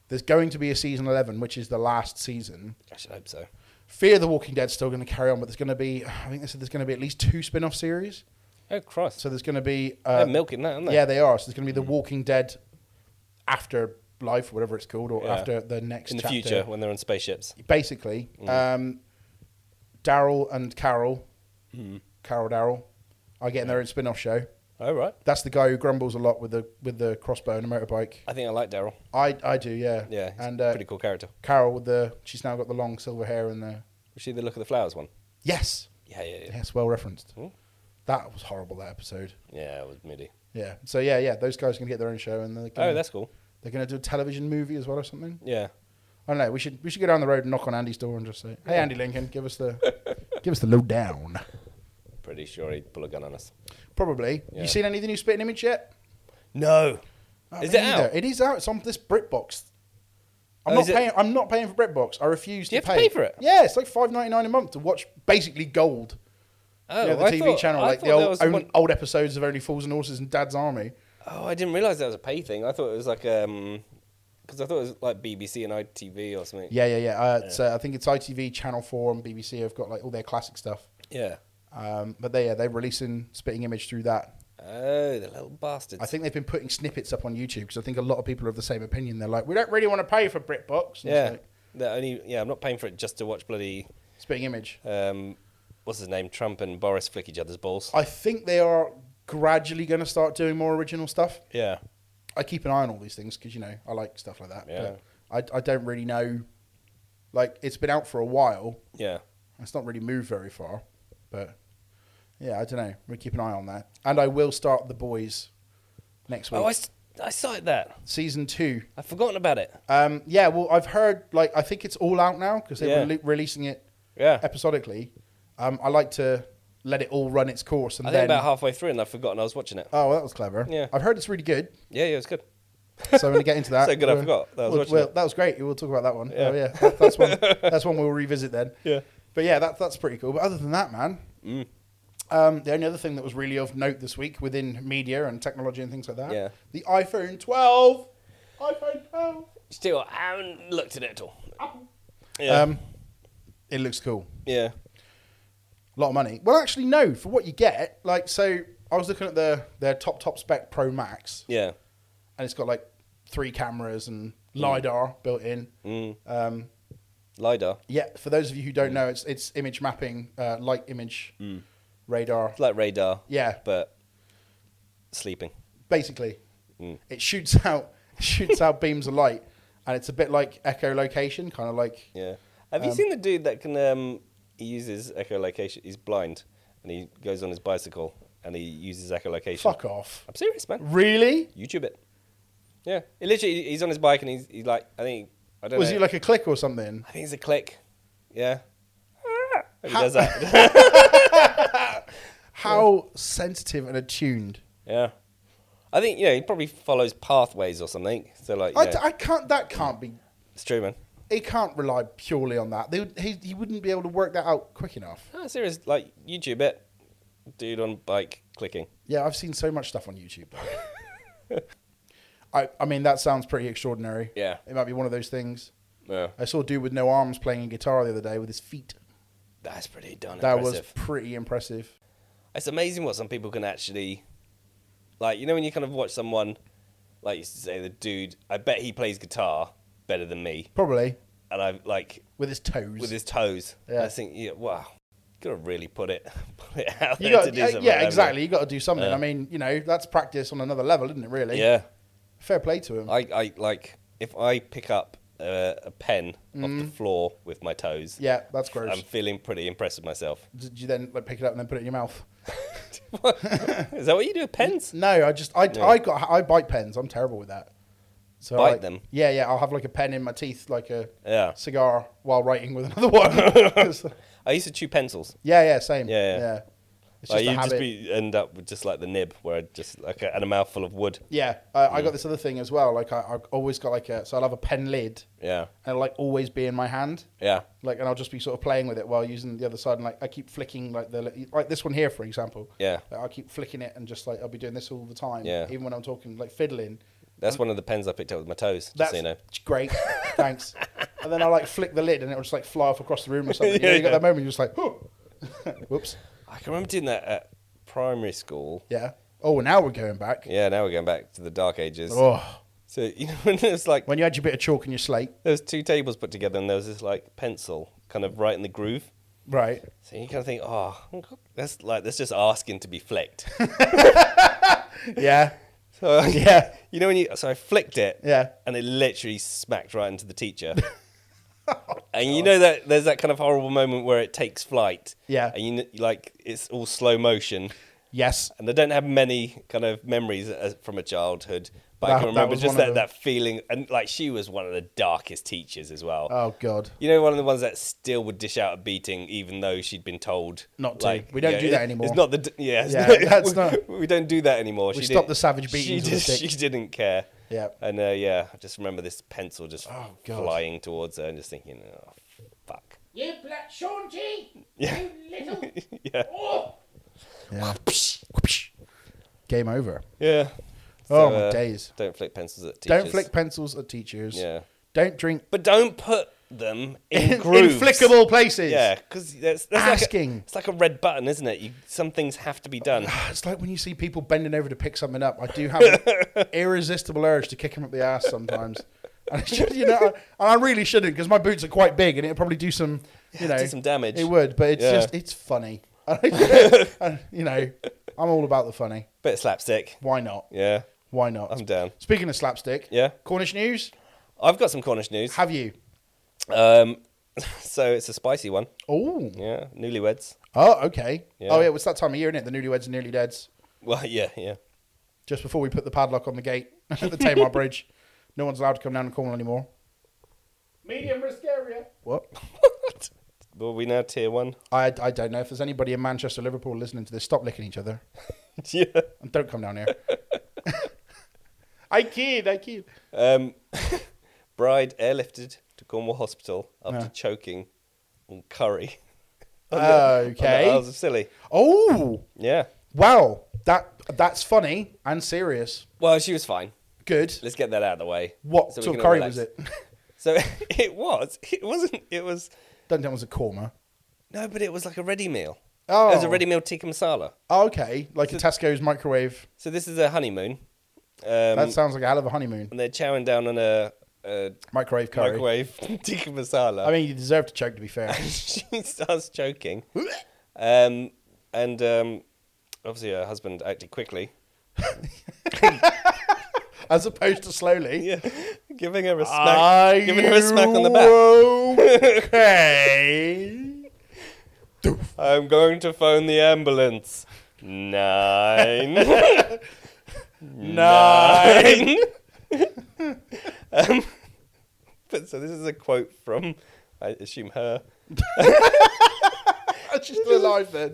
there's going to be a season eleven, which is the last season.
I should hope so.
Fear the Walking Dead's still going to carry on, but there's going to be, I think they said there's going to be at least two spin off series.
Oh Christ.
So there's going to be.
They're
Uh,
milking that, aren't they? Hmm.
Yeah, they are. So there's going to be The Walking Dead Afterlife, whatever it's called, or
Yeah.
after the next
In the
chapter.
future, when they're on spaceships.
Basically,
Mm.
um, Daryl and Carol,
Mm.
Carol Daryl, are getting their own spin off show.
Oh right.
That's the guy who grumbles a lot with the with the crossbow and a motorbike.
I think I like Daryl.
I, I do, yeah.
Yeah. He's
and
a
uh,
pretty cool character.
Carol with the she's now got the long silver hair and the
Was she the look of the flowers one?
yes,
Yeah, yeah, yeah.
yes, well referenced.
Hmm.
That was horrible. That episode.
Yeah, it was MIDI.
Yeah. So yeah, yeah. Those guys are gonna get their own show, and they're gonna,
Oh, that's cool.
they're gonna do a television movie as well or something.
Yeah.
I don't know. We should we should go down the road and knock on Andy's door and just say, "Hey, Andy Lincoln, give us the give us the low down."
Pretty sure he'd pull a gun on us.
Probably.
Yeah.
You seen any of the new Spitting Image yet?
No.
I
Is
haven't
it
either.
out?
It is out. It's on this BritBox. I'm
Oh,
not
is it-
paying. I'm not paying for BritBox. I refuse
Do you
to,
have to pay for it?
Yeah, it's like five ninety nine a month to watch basically gold.
Oh,
you know, the
I
TV
thought-
channel,
I
like the
thought that
old,
was
own-
one-
old episodes of Only Fools and Horses and Dad's Army.
Oh, I didn't realize that was a pay thing. I thought it was like um, because I thought it was like BBC and ITV or something.
Yeah, yeah, yeah. Uh, it's, uh, I think it's ITV, Channel Four, and BBC have got like all their classic stuff.
Yeah.
Um, but they, yeah, they're releasing Spitting Image through that.
Oh, the little bastards.
I think they've been putting snippets up on YouTube because I think a lot of people are of the same opinion. They're like, we don't really want to pay for BritBox. And it's
yeah.
like,
The only yeah, I'm not paying for it just to watch bloody
Spitting Image.
um, what's his name? Trump and Boris flick each other's balls.
I think they are gradually going to start doing more original stuff.
Yeah.
I keep an eye on all these things because you know I like stuff like that.
Yeah.
But I, I don't really know. Like it's been out for a while.
Yeah.
It's not really moved very far, but yeah, I don't know. We keep an eye on that, and I will start the boys next week,
Oh, I, s- I cited that.
season two.
I've forgotten about it.
Um, yeah, well, I've heard like I think it's all out now because they
Yeah.
were le- releasing it
Yeah.
episodically. Um, I like to let it all run its course, and
I think
then
about halfway through and I've forgotten I was watching it.
oh, that was clever.
Yeah.
I've heard it's really good.
Yeah, yeah, it was good.
So I'm going to get into that.
So good I
We'll-
forgot that I was
we'll-
watching
we'll-
it.
that was great. We'll talk about that one.
Yeah.
Oh, yeah. That, that's one. That's one we'll revisit then.
Yeah. Mm.
But yeah, that, that's pretty cool. But other than that, man, um, the only other thing that was really of note this week within media and technology and things like that,
Yeah.
the iPhone 12. iPhone 12.
Still, I haven't looked at it at all. Yeah.
Um, it looks cool.
yeah.
A lot of money. Well, actually, no. For what you get, like, so I was looking at the their top top spec Pro Max.
Yeah.
and it's got like three cameras and
Mm.
lidar built in. Um,
LiDAR.
yeah, for those of you who
Mm.
don't know, it's it's image mapping, uh, light image radar.
It's Mm. like radar.
Yeah.
But sleeping.
Basically,
Mm.
it shoots out shoots out beams of light, and it's a bit like echolocation, kind of like
Yeah. Have you seen the dude that can um he uses echolocation he's blind and he goes on his bicycle and he uses echolocation.
fuck off.
I'm serious, man.
Really?
YouTube it. Yeah. He literally he's on his bike and he's he's like I think I don't
Was
know.
it like a click or something?
I think it's a click. Yeah. He does that.
How sensitive and attuned.
yeah. I think, you know, he probably follows pathways or something. So like you
I,
know,
d- I can't. That can't be.
it's true, man.
He can't rely purely on that. They, would- he, he wouldn't be able to work that out quick enough.
No, serious, like YouTube it. Dude on bike clicking.
Yeah, I've seen so much stuff on YouTube. I, I mean, that sounds pretty extraordinary.
Yeah.
It might be one of those things.
Yeah.
I saw a dude with no arms playing a guitar the other day with his feet.
That's pretty darn
That
impressive.
was pretty impressive.
it's amazing what some people can actually like you know when you kind of watch someone like you say the dude i bet he plays guitar better than me
Probably
and i like
with his toes.
with his toes
Yeah.
i think yeah, wow you gotta really put it put it out
you
there
got,
to do
yeah,
something
yeah,
haven't you?
exactly. You got to do something.
Yeah.
I mean, you know, that's practice on another level, isn't it? Really.
yeah
Fair play to him.
i i like if i pick up uh, a pen off the floor with my toes
Mm. yeah, that's gross.
i'm feeling pretty impressed with myself
Did you then like pick it up and then put it in your mouth?
What? is that what you do with pens
No, I just I,
No.
I got I bite pens. I'm terrible with that. So
Bite
like-
them?
Yeah, yeah. I'll have like a pen in my teeth, like a
Yeah.
cigar, while writing with another one. yeah,
i used to chew pencils
yeah, same.
Yeah, yeah.
It's just
like
a
you
habit.
just be, end up with just like the nib where I just like a, and a mouthful of wood
yeah, uh, I got this other thing as well. Like I, I've always got like a so I'll have a pen lid
yeah
and it'll, like always be in my hand.
Yeah.
Like and I'll just be sort of playing with it while using the other side and like I keep flicking like the like this one here for example.
Yeah.
Like, I'll keep flicking it and just like I'll be doing this all the time.
Yeah.
Even when I'm talking like fiddling.
That's one of the pens I picked up with my toes. Just
That's
so you know.
great. Thanks. And then I like flick the lid and it'll just like fly off across the room or something. You, know,
Yeah,
you got
yeah.
that moment you're just like, "Whew." whoops.
I can remember doing that at primary school.
Yeah. Oh, well, now we're going back.
Yeah, now we're going back to the dark ages.
Oh,
So you know when there's like
when you had your bit of chalk in your slate,
there was two tables put together and there was this like pencil kind of right in the groove.
right?
So you kind of think, oh, that's like that's just asking to be flicked.
Yeah.
So
Yeah.
you know when you so I flicked it.
Yeah.
And it literally smacked right into the teacher. and
Oh,
you know that there's that kind of horrible moment where it takes flight.
Yeah.
And you kn- like it's all slow motion.
Yes.
and I don't have many kind of memories as, from a childhood, but
That-
I can
that
remember
was
just
one of
that,
them.
that feeling. And like she was one of the darkest teachers as well.
Oh God.
you know, one of the ones that still would dish out a beating, even though she'd been told
Not to. We don't
yeah,
do
it-
that anymore.
It's not the d- yeah, it's
Yeah, that's not-
We don't do that anymore.
We
She
stopped
didn't-
the savage beatings
She,
with
just-
the stick.
she didn't care.
Yeah.
and uh, yeah, I just remember this pencil just
Oh, God.
flying towards her and just thinking, oh fuck.
You black Shaunty!
Yeah.
You little.
yeah,
Oh!
Yeah. Game over.
yeah. uh,
Oh, my days.
Don't flick pencils at teachers.
Don't flick pencils at teachers.
Yeah.
Don't drink
but don't put them in,
in,
grooves.
flickable places.
Yeah, because that's, that's Like
Asking.
a, it's like a red button, isn't it? You, some things have to be done.
It's like when you see people bending over to pick something up. I do have an irresistible urge to kick them up the ass sometimes. And I should, you know, I, I really shouldn't because my boots are quite big and it'll probably do some, you know,
do some damage.
It would, but it's
Yeah.
just it's funny. And, you know, I'm all about the funny.
Bit of slapstick.
Why not?
Yeah,
Why not?
I'm down.
Speaking of slapstick,
Yeah.
Cornish news.
I've got some Cornish news.
Have you?
Um, so it's a spicy one.
Oh,
Yeah, newlyweds.
oh, okay.
Yeah.
Oh yeah, it's that time of year, isn't it? The newlyweds and nearly deads.
Well, yeah, yeah.
Just before we put the padlock on the gate at the Tamar Bridge, no one's allowed to come down and call anymore.
Medium Riscaria.
What?
Well, we now tier one.
I, I don't know if there's anybody in Manchester, Liverpool listening to this. Stop licking each other
yeah.
and don't come down here. I kid, I kid.
Um, bride airlifted to Cornwall Hospital after
Yeah.
choking on curry. On the
Okay.
Isles of Scilly.
Oh,
Yeah.
wow. That that's funny and serious.
Well, she was fine.
Good.
Let's get that out of the way.
What
so we
sort
can
of curry
relax.
was it?
So it was. It wasn't. It was.
Don't tell me it was a korma.
No, but it was like a ready meal.
Oh.
It was a ready meal tikka masala.
Okay, like a Tesco's microwave.
So this is their honeymoon. Um,
That sounds like a hell of a honeymoon.
and they're chowing down on a, a
Microwave curry.
microwave tikka masala.
I mean, you deserve to choke, to be fair.
she starts choking. Um, and um, obviously her husband acted quickly,
As opposed to slowly.
yeah, giving her a smack,
Are
giving her a smack on the
you
back.
Okay.
I'm going to phone the ambulance. Nine. Nine. um, but so this is a quote from, I assume her.
She's still alive then.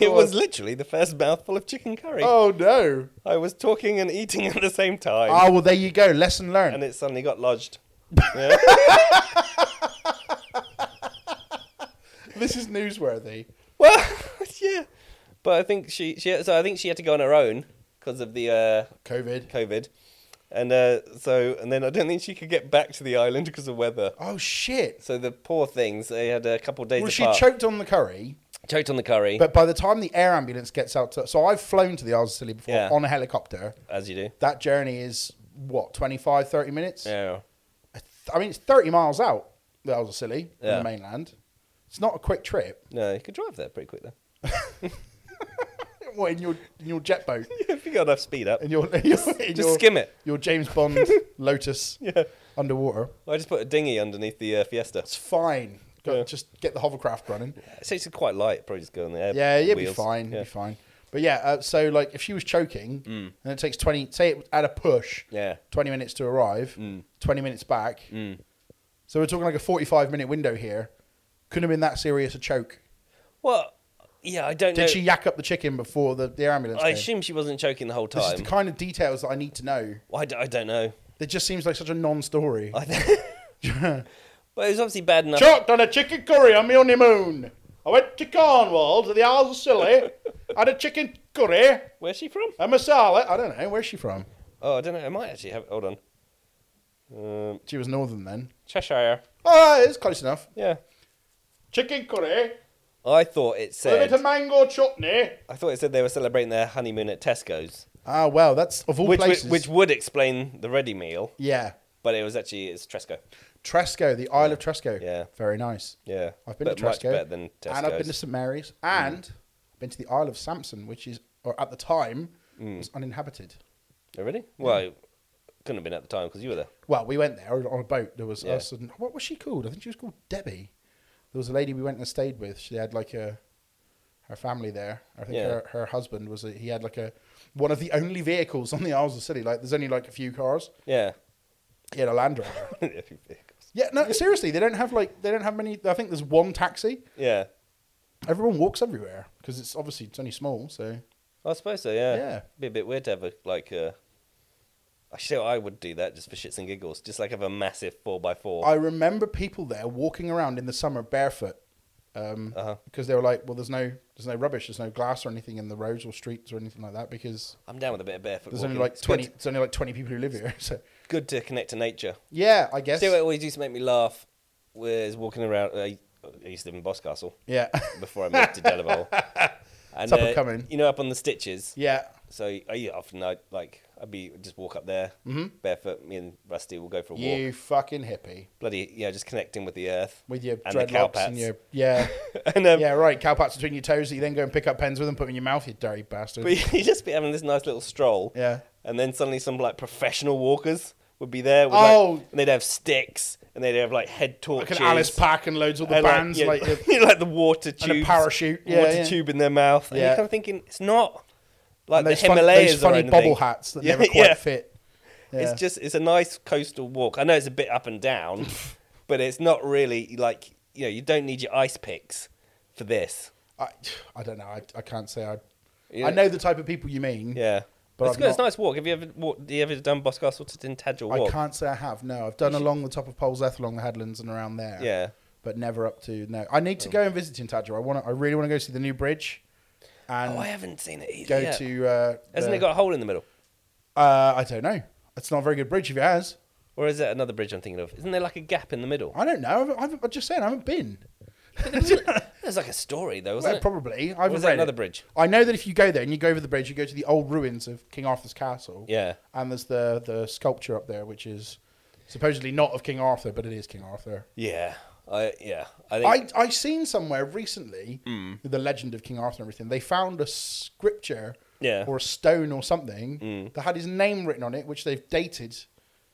It was literally the first mouthful of chicken curry.
Oh no.
I was talking and eating at the same time,
Oh well, there you go. Lesson
and
learned.
it suddenly got lodged. Yeah.
This is newsworthy.
Well, yeah, but I think she she so I think she had to go on her own because of the uh,
COVID.
COVID, and uh, so and then I don't think she could get back to the island because of weather.
Oh shit.
So the poor things they had a couple of days
Well, she
apart.
choked on the curry,
choked on the curry,
but by the time the air ambulance gets out to, so I've flown to the Isles of Scilly before
Yeah.
on a helicopter.
as you do.
That journey is what 25, 30 minutes.
Yeah,
I th- I mean, it's thirty miles out the Isles of Scilly from
Yeah.
the mainland. It's not a quick trip.
no, you could drive there pretty quick though.
What in your in your jet boat?
if you got enough speed up,
In your, in your, in
just
your,
skim it.
Your James Bond Lotus
Yeah.
underwater.
I just put a dinghy underneath the uh, Fiesta.
It's fine. Go,
Yeah.
Just get the hovercraft running.
So it's quite light. Probably just go on the air.
Yeah, you'd
wheels.
be fine.
Yeah. Mm.
You'd be fine. But yeah, uh, so like if she was choking and it takes 20, say it at a push,
Yeah. Mm.
20 minutes to arrive, 20 minutes back. So we're talking like a 45 minute window here. Couldn't have been that serious a choke.
Well, yeah, I don't
Did
know.
she yak up the chicken before the, the ambulance?
I
came?
assume she wasn't choking the whole
This is
time.
the kind of details that I need to know.
I, d- I don't know.
It just seems like such a non story.
I think. but it was obviously bad enough.
Choked on a chicken curry on my honeymoon. I went to Cornwall to the Isles of Scilly, had a chicken curry,
Where's she from?
a masala. I don't know, where's she from?
Oh, I don't know. I might actually have. Hold on. Um,
She was northern then.
Cheshire.
Oh, it's close enough.
Yeah.
Chicken curry,
I thought it said.
mango chutney.
I thought it said they were celebrating their honeymoon at Tesco's,
Ah, well, that's of all
which would,
places.
which would explain the ready meal,
yeah,
but it was actually it's Tresco.
Tresco, the Isle of Tresco.
Yeah.
very nice.
Yeah.
I've been
but
to
much
Tresco,
better than Tesco's. Mm.
and I've been to St Mary's, and I've been to the Isle of Sampson, which is, or at the time,
Mm.
was uninhabited.
Oh, really? Well, it couldn't have been at the time because you were there.
Well, we went there on a boat. There was
Yeah.
us and what was she called? I think she was called Debbie. There was a lady we went and stayed with. She had like a her family there. I think
Yeah.
her, her husband was a, he had like a one of the only vehicles on the Isles of City. Like there's only like a few cars.
Yeah.
He had a Land Rover.
yeah.
yeah, no, seriously, they don't have like they don't have many. I think there's one taxi. Everyone walks everywhere because it's obviously it's only small. So
I suppose so, yeah.
Yeah.
Be a bit weird to have a, like a. Actually, I would do that just for shits and giggles. Just like have a massive 4x4.
I remember people there walking around in the summer barefoot um,
Uh-huh.
because they were like, well, there's no there's no rubbish, there's no glass or anything in the roads or streets or anything like that because
I'm down with a bit of barefoot.
there's only
walking.
like
It's
twenty
Good,
there's only like twenty people who live here. So
good to connect to nature.
yeah, I guess
See what always used to make me laugh was walking around. uh, I I used to live in Boscastle
yeah,
before I moved to Delaval. And, uh,
It's up and coming.
You know, up on the stitches.
yeah,
So I often I like I'd be just walk up there barefoot. Me and Rusty will go for a walk.
Mm-hmm. you fucking hippie
Bloody yeah, just connecting with the earth
with your
and the
dreadlocks
cowpats.
and your yeah.
and um,
Yeah, right. Cowpats between your toes that you then go and pick up pens with and put them in your mouth, you dirty bastard.
But you'd just be having this nice little stroll.
Yeah.
And then suddenly some like professional walkers would be there. With,
Oh.
Like, and they'd have sticks and they'd have like head
like
torches.
an Alice Pack and loads of the
and,
bands.
yeah,
Like,
you know, like the water tube.
parachute. Yeah,
water
yeah.
tube in their mouth. And
Yeah.
you're kind of thinking, it's not like the
those, fun,
Himalayas
those funny
or
bobble
anything.
hats that
Yeah,
never quite
yeah.
fit. Yeah.
It's just, it's a nice coastal walk. I know it's a bit up and down, but it's not really like, you know, you don't need your ice picks for this.
I, I don't know. I, I can't say. I
Yeah.
I know the type of people you mean.
Yeah.
But
it's
I've
good. It's a
not-
nice walk. Have you ever walked, you ever done Boscastle to Dintagel
I
walk?
can't say I have. No, I've done along the top of Poles Eth, along the headlands and around there.
Yeah.
But never up to no. I need to go and visit Tintagel. I want. to I really want to go see the new bridge, and
Oh, I haven't seen it either.
go
yet.
to. Uh,
Hasn't
the-
it got a hole in the middle?
Uh, I don't know. It's not a very good bridge. If it has,
Or is that another bridge I'm thinking of? Isn't there like a gap in the middle?
I don't know. I haven't, I haven't, I'm just saying. I haven't been.
There's like a story though,
Well,
wasn't it?
probably. I haven't
was that
read
another
it.
bridge?
I know that if you go there and you go over the bridge, you go to the old ruins of King Arthur's castle.
Yeah.
And there's the the sculpture up there, which is supposedly not of King Arthur, but it is King Arthur.
Yeah. I yeah. I think
I I seen somewhere recently
Hmm.
the legend of King Arthur and everything. They found a scripture
Yeah. Hmm.
or a stone or something that had his name written on it, which they've dated.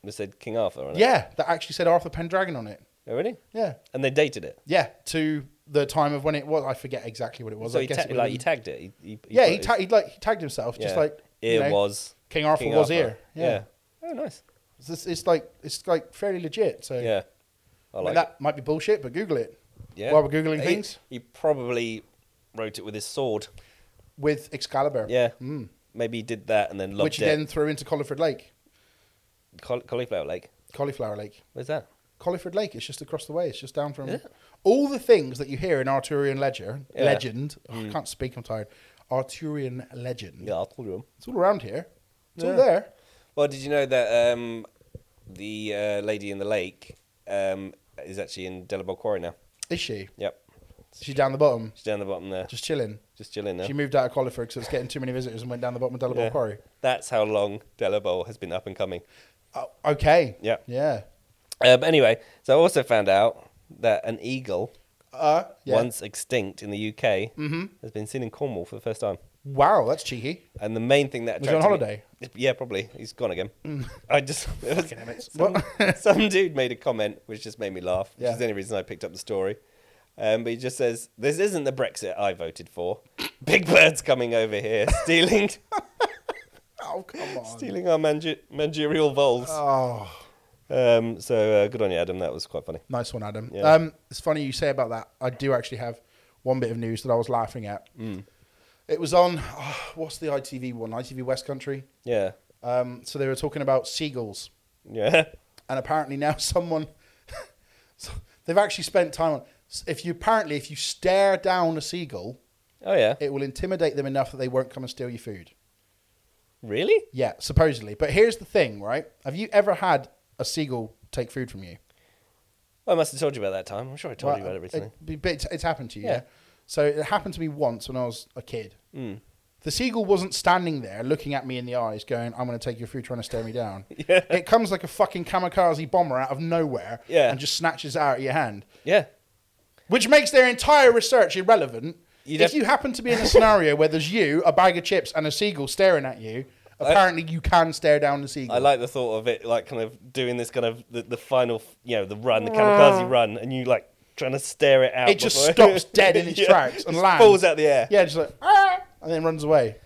they said King Arthur on it.
Yeah, that actually said Arthur Pendragon on it.
Oh, really?
Yeah,
And they dated it.
yeah, to the time of when it was. I forget exactly what it was.
So
I
he,
guess
ta-
it would
like,
have
he
been-
tagged it. He, he,
yeah,
put
he,
it-
ta- he like he tagged himself, just
yeah.
like you
Ear
know,
was
King Arthur was
Arthur.
ear. Yeah,
Oh nice.
So It's, it's like it's like fairly legit. So
Yeah.
I
I
mean,
like
that might be bullshit, but Google it.
it. Yeah.
While we're googling
He-
things
He probably wrote it with his sword.
with Excalibur,
Yeah. Maybe he did that and then loved
which he
it.
then threw into Colliford Lake,
Caul- cauliflower lake.
Cauliflower Lake,
Where's that?
Colliford Lake. It's just across the way. It's just down from
Yeah.
all the things that you hear in Arturian legend.
Yeah. Mm.
Legend. Oh, I can't speak. I'm tired. Arturian legend.
Yeah, I'll call him.
It's all around here. It's all
Yeah.
there.
Well, did you know that um, the uh, lady in the lake um, is actually in Delabel Quarry now?
Is she?
Yep.
Is she down the bottom,
She's down the bottom there. Just,
just chilling?
chilling now.
She moved out of Colliford because it was getting too many visitors and went down the bottom of Delaware
Yeah.
Quarry.
That's how long Delabel has been up and coming.
Oh, okay.
Yeah.
Yeah.
Um, anyway, so I also found out that an eagle,
Uh, yeah.
once extinct in the UK, has been seen in Cornwall for the first time.
Wow, that's cheeky.
And the main thing that
Was he on
attracted
holiday? Mm.
Me, yeah, probably. He's gone again. I just it was, some,
What?
some dude made a comment which just made me laugh, which
Yeah.
is the only reason I picked up the story. Um, but he just says, "This isn't the Brexit I voted for. Big Bird's coming over here, stealing,
Oh, come on.
stealing our mangi- managerial voles."
Oh,
Um, so uh, good on you, Adam. That was quite funny.
nice one, Adam.
Yeah.
Um, it's funny you say about that. I do actually have one bit of news that I was laughing at. It was on, oh, what's the ITV one? ITV West Country.
Yeah,
Um, so they were talking about seagulls.
yeah,
and apparently now someone so they've actually spent time on if you apparently if you stare down a seagull
oh yeah.
it will intimidate them enough that they won't come and steal your food
really?
yeah supposedly but here's the thing right have you ever had a seagull take food from you
I must have told you about that time. I'm sure I told you about it recently.
it- but it's, it's happened to you yeah.
Yeah.
so it happened to me once when i was a kid
Hmm.
the seagull wasn't standing there looking at me in the eyes going i'm going to take your food trying to stare me down
Yeah.
it comes like a fucking kamikaze bomber out of nowhere
Yeah.
and just snatches it out of your hand
yeah,
which makes their entire research irrelevant.
You'd
if
have-
you happen to be in a scenario where there's you, a bag of chips, and a seagull staring at you, apparently you can stare down the seagull.
I like the thought of it, like kind of doing this kind of the, the final, you know, the run, the kamikaze run, and you like trying to stare it out.
It just
before-
stops dead in its tracks and
just
lands.
Falls out the air.
Yeah, just like ah, and then runs away.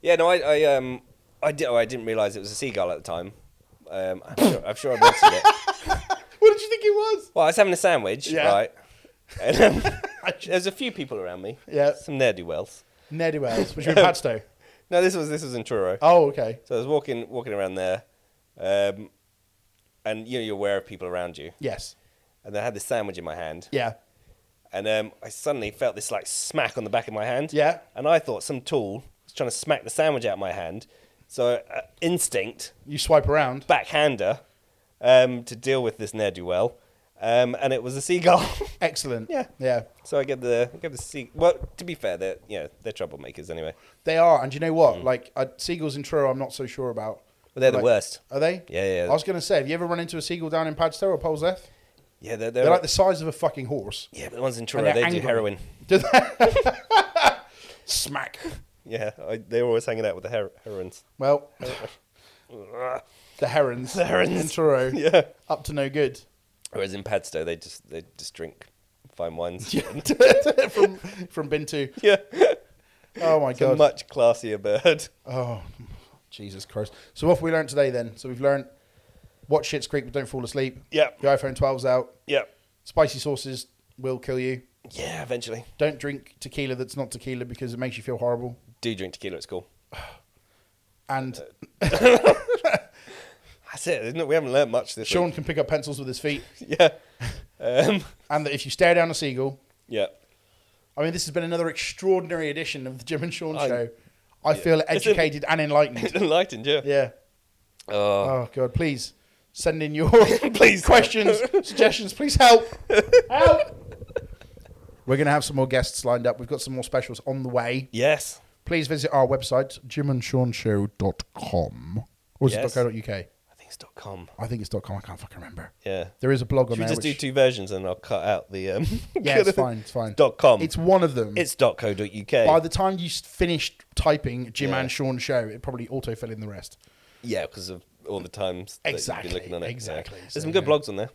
Yeah, no, I, I um, I did. Oh, I didn't realize it was a seagull at the time. Um, I'm sure, I'm sure I mentioned it.
What did you think it was?
Well, I was having a sandwich,
Yeah.
right? And um, there's a few people around me.
Yeah.
some ne'er do wells.
Neddy Wells, which was in Padstow.
No, this was this was in Truro.
Oh, okay.
So I was walking walking around there, um, and you know you're aware of people around you.
Yes.
And I had this sandwich in my hand,
Yeah.
and um, I suddenly felt this like smack on the back of my hand.
Yeah.
And I thought some tool was trying to smack the sandwich out of my hand. So uh, instinct,
You swipe around.
backhander, um, to deal with this ne'er do well, um, and it was a seagull.
Excellent.
Yeah.
Yeah.
So I get the I get the sea. Well, to be fair, they're yeah they're troublemakers anyway.
They are, and do you know what? Like I, seagulls in Truro, I'm not so sure about.
Hmm. But they're the
Like,
worst.
Are they?
Yeah, yeah.
I was going to say, have you ever run into a seagull down in Padstow or Poleseth?
Yeah, they're,
They're like the size of a fucking horse.
yeah, but the ones in Truro
and
they
they're
do
angry.
heroin.
Do they? Smack.
Yeah, I, they're always hanging out with the her- heroines.
Well, the herons. The
herons.
In Truro.
Yeah.
Up to no good.
Whereas in Padstow they just they just drink fine wines.
from from Bintu.
yeah,
Oh my
it's a
god.
much classier bird.
Oh, Jesus Christ. So what have we learned today then? So we've learned watch Shit's Creek but don't fall asleep.
Yep.
The iPhone 12's out.
Yeah,
Spicy sauces will kill you.
yeah. Eventually,
Don't drink tequila that's not tequila because it makes you feel horrible.
do drink tequila at school.
And
Uh, That's it, isn't it? We haven't learned much this
Sean
week.
can pick up pencils with his feet.
Yeah, um,
And that if you stare down a seagull,
yeah.
I mean, this has been another extraordinary edition of the Jim and Sean
I-
show. I feel
It's en-
educated and enlightened.
It's enlightened, yeah.
Yeah.
Oh,
Oh God, please send in your
Please.
questions, suggestions. Please help. help. We're going to have some more guests lined up. We've got some more specials on the way.
yes.
Please visit our website, jimandseanshow.com. Or is
Yes.
it .co.uk?
I think it's dot com.
I think it's .com. I can't fucking remember.
Yeah.
There is a blog on
Should we
there.
just do
which-
two versions and I'll cut out the um
yeah, it's fine. It's fine.
dot com.
It's one of them.
It's dot co dot uk.
By the time you s- finished typing Jim
Yeah.
and Sean show, it probably auto-fill in the rest.
yeah, because of all the times that
Exactly,
you've been looking on it. Yeah.
exactly.
There's
So,
some good
yeah.
blogs on there.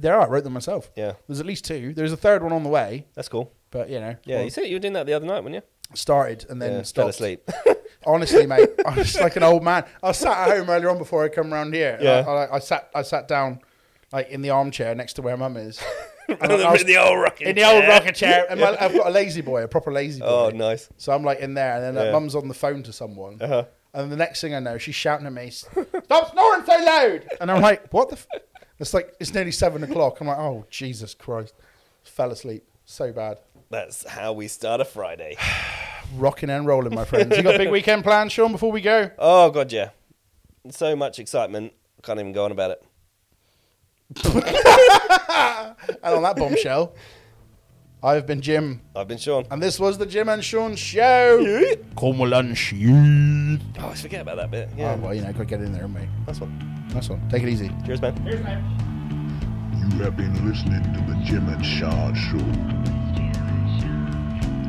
There are. I wrote them myself.
Yeah.
There's at least two. There's a third one on the way,
That's cool.
but you know.
Yeah,
well,
you said you were doing that the other night, weren't you?
started and then
yeah,
stopped.
fell asleep.
Honestly, mate, I'm just like an old man. I was sat at home earlier on before I come round here. and
Yeah.
I, I, I sat. I sat down like in the armchair next to where Mum is. And
Rather
I was-
than the old rocking
in the old
chair.
rocker chair, and my, I've got a lazy boy, a proper lazy boy.
Oh, nice.
So I'm like in there, and then like,
Yeah.
mum's on the phone to someone.
Uh-huh.
And the next thing I know, she's shouting at me, "Stop snoring so loud!" And I'm like, "What the?" F-? It's like it's nearly seven o'clock. I'm like, "Oh Jesus Christ!" Fell asleep so bad.
That's how we start a Friday.
Rocking and rolling, my friends. You got big weekend plans, Sean? Before we go,
Oh god, yeah. So much excitement. Can't even go on about it.
and on that bombshell, I've been Jim,
I've been Sean.
and this was the Jim and Sean show. Cornwall and Sheed.
Oh, I always forget about that bit. Yeah,
Oh, well, you know, gotta get in there, mate.
that's one.
Nice one. Take it easy.
Cheers, man.
Here's my.
You have been listening to the Jim and Sean Show.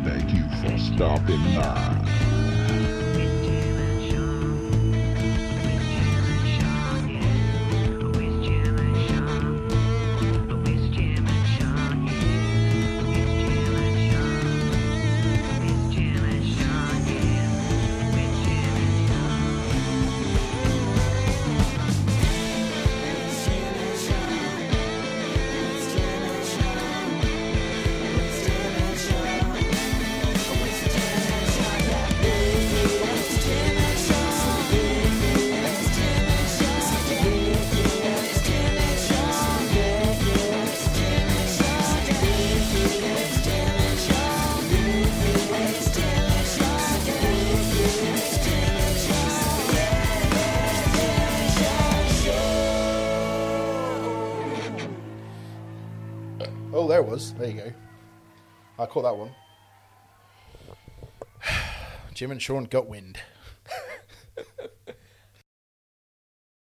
Thank you for stopping by.
Oh, there it was. There you go. I caught that one. Jim and Sean got wind.